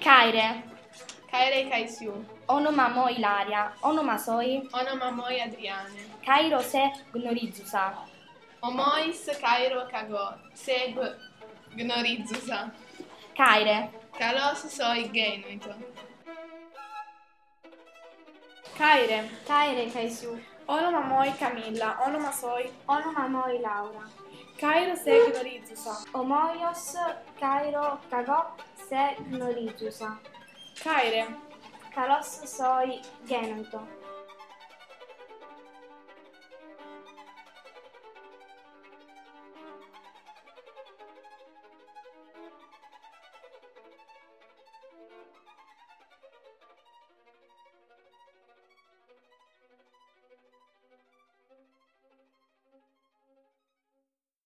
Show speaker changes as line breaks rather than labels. Caire,
Kairei Kaisiu,
Onomamo Ilaria, Onomasoi,
Onomamoi Adriane,
Kairose Gnorizusa,
Omois Kairo Kago, Seb Gnorizusa,
Caire,
Kalos Soi Genuito. Kaire,
Kaire Kaisiu,
Onomamoi Camilla, Onomasoi,
Onomamoi Laura,
Kairo Se Gnorizusa,
Omoios Cairo Cagò Se Norizusa,
Kaire,
Kalos Soi Genoito,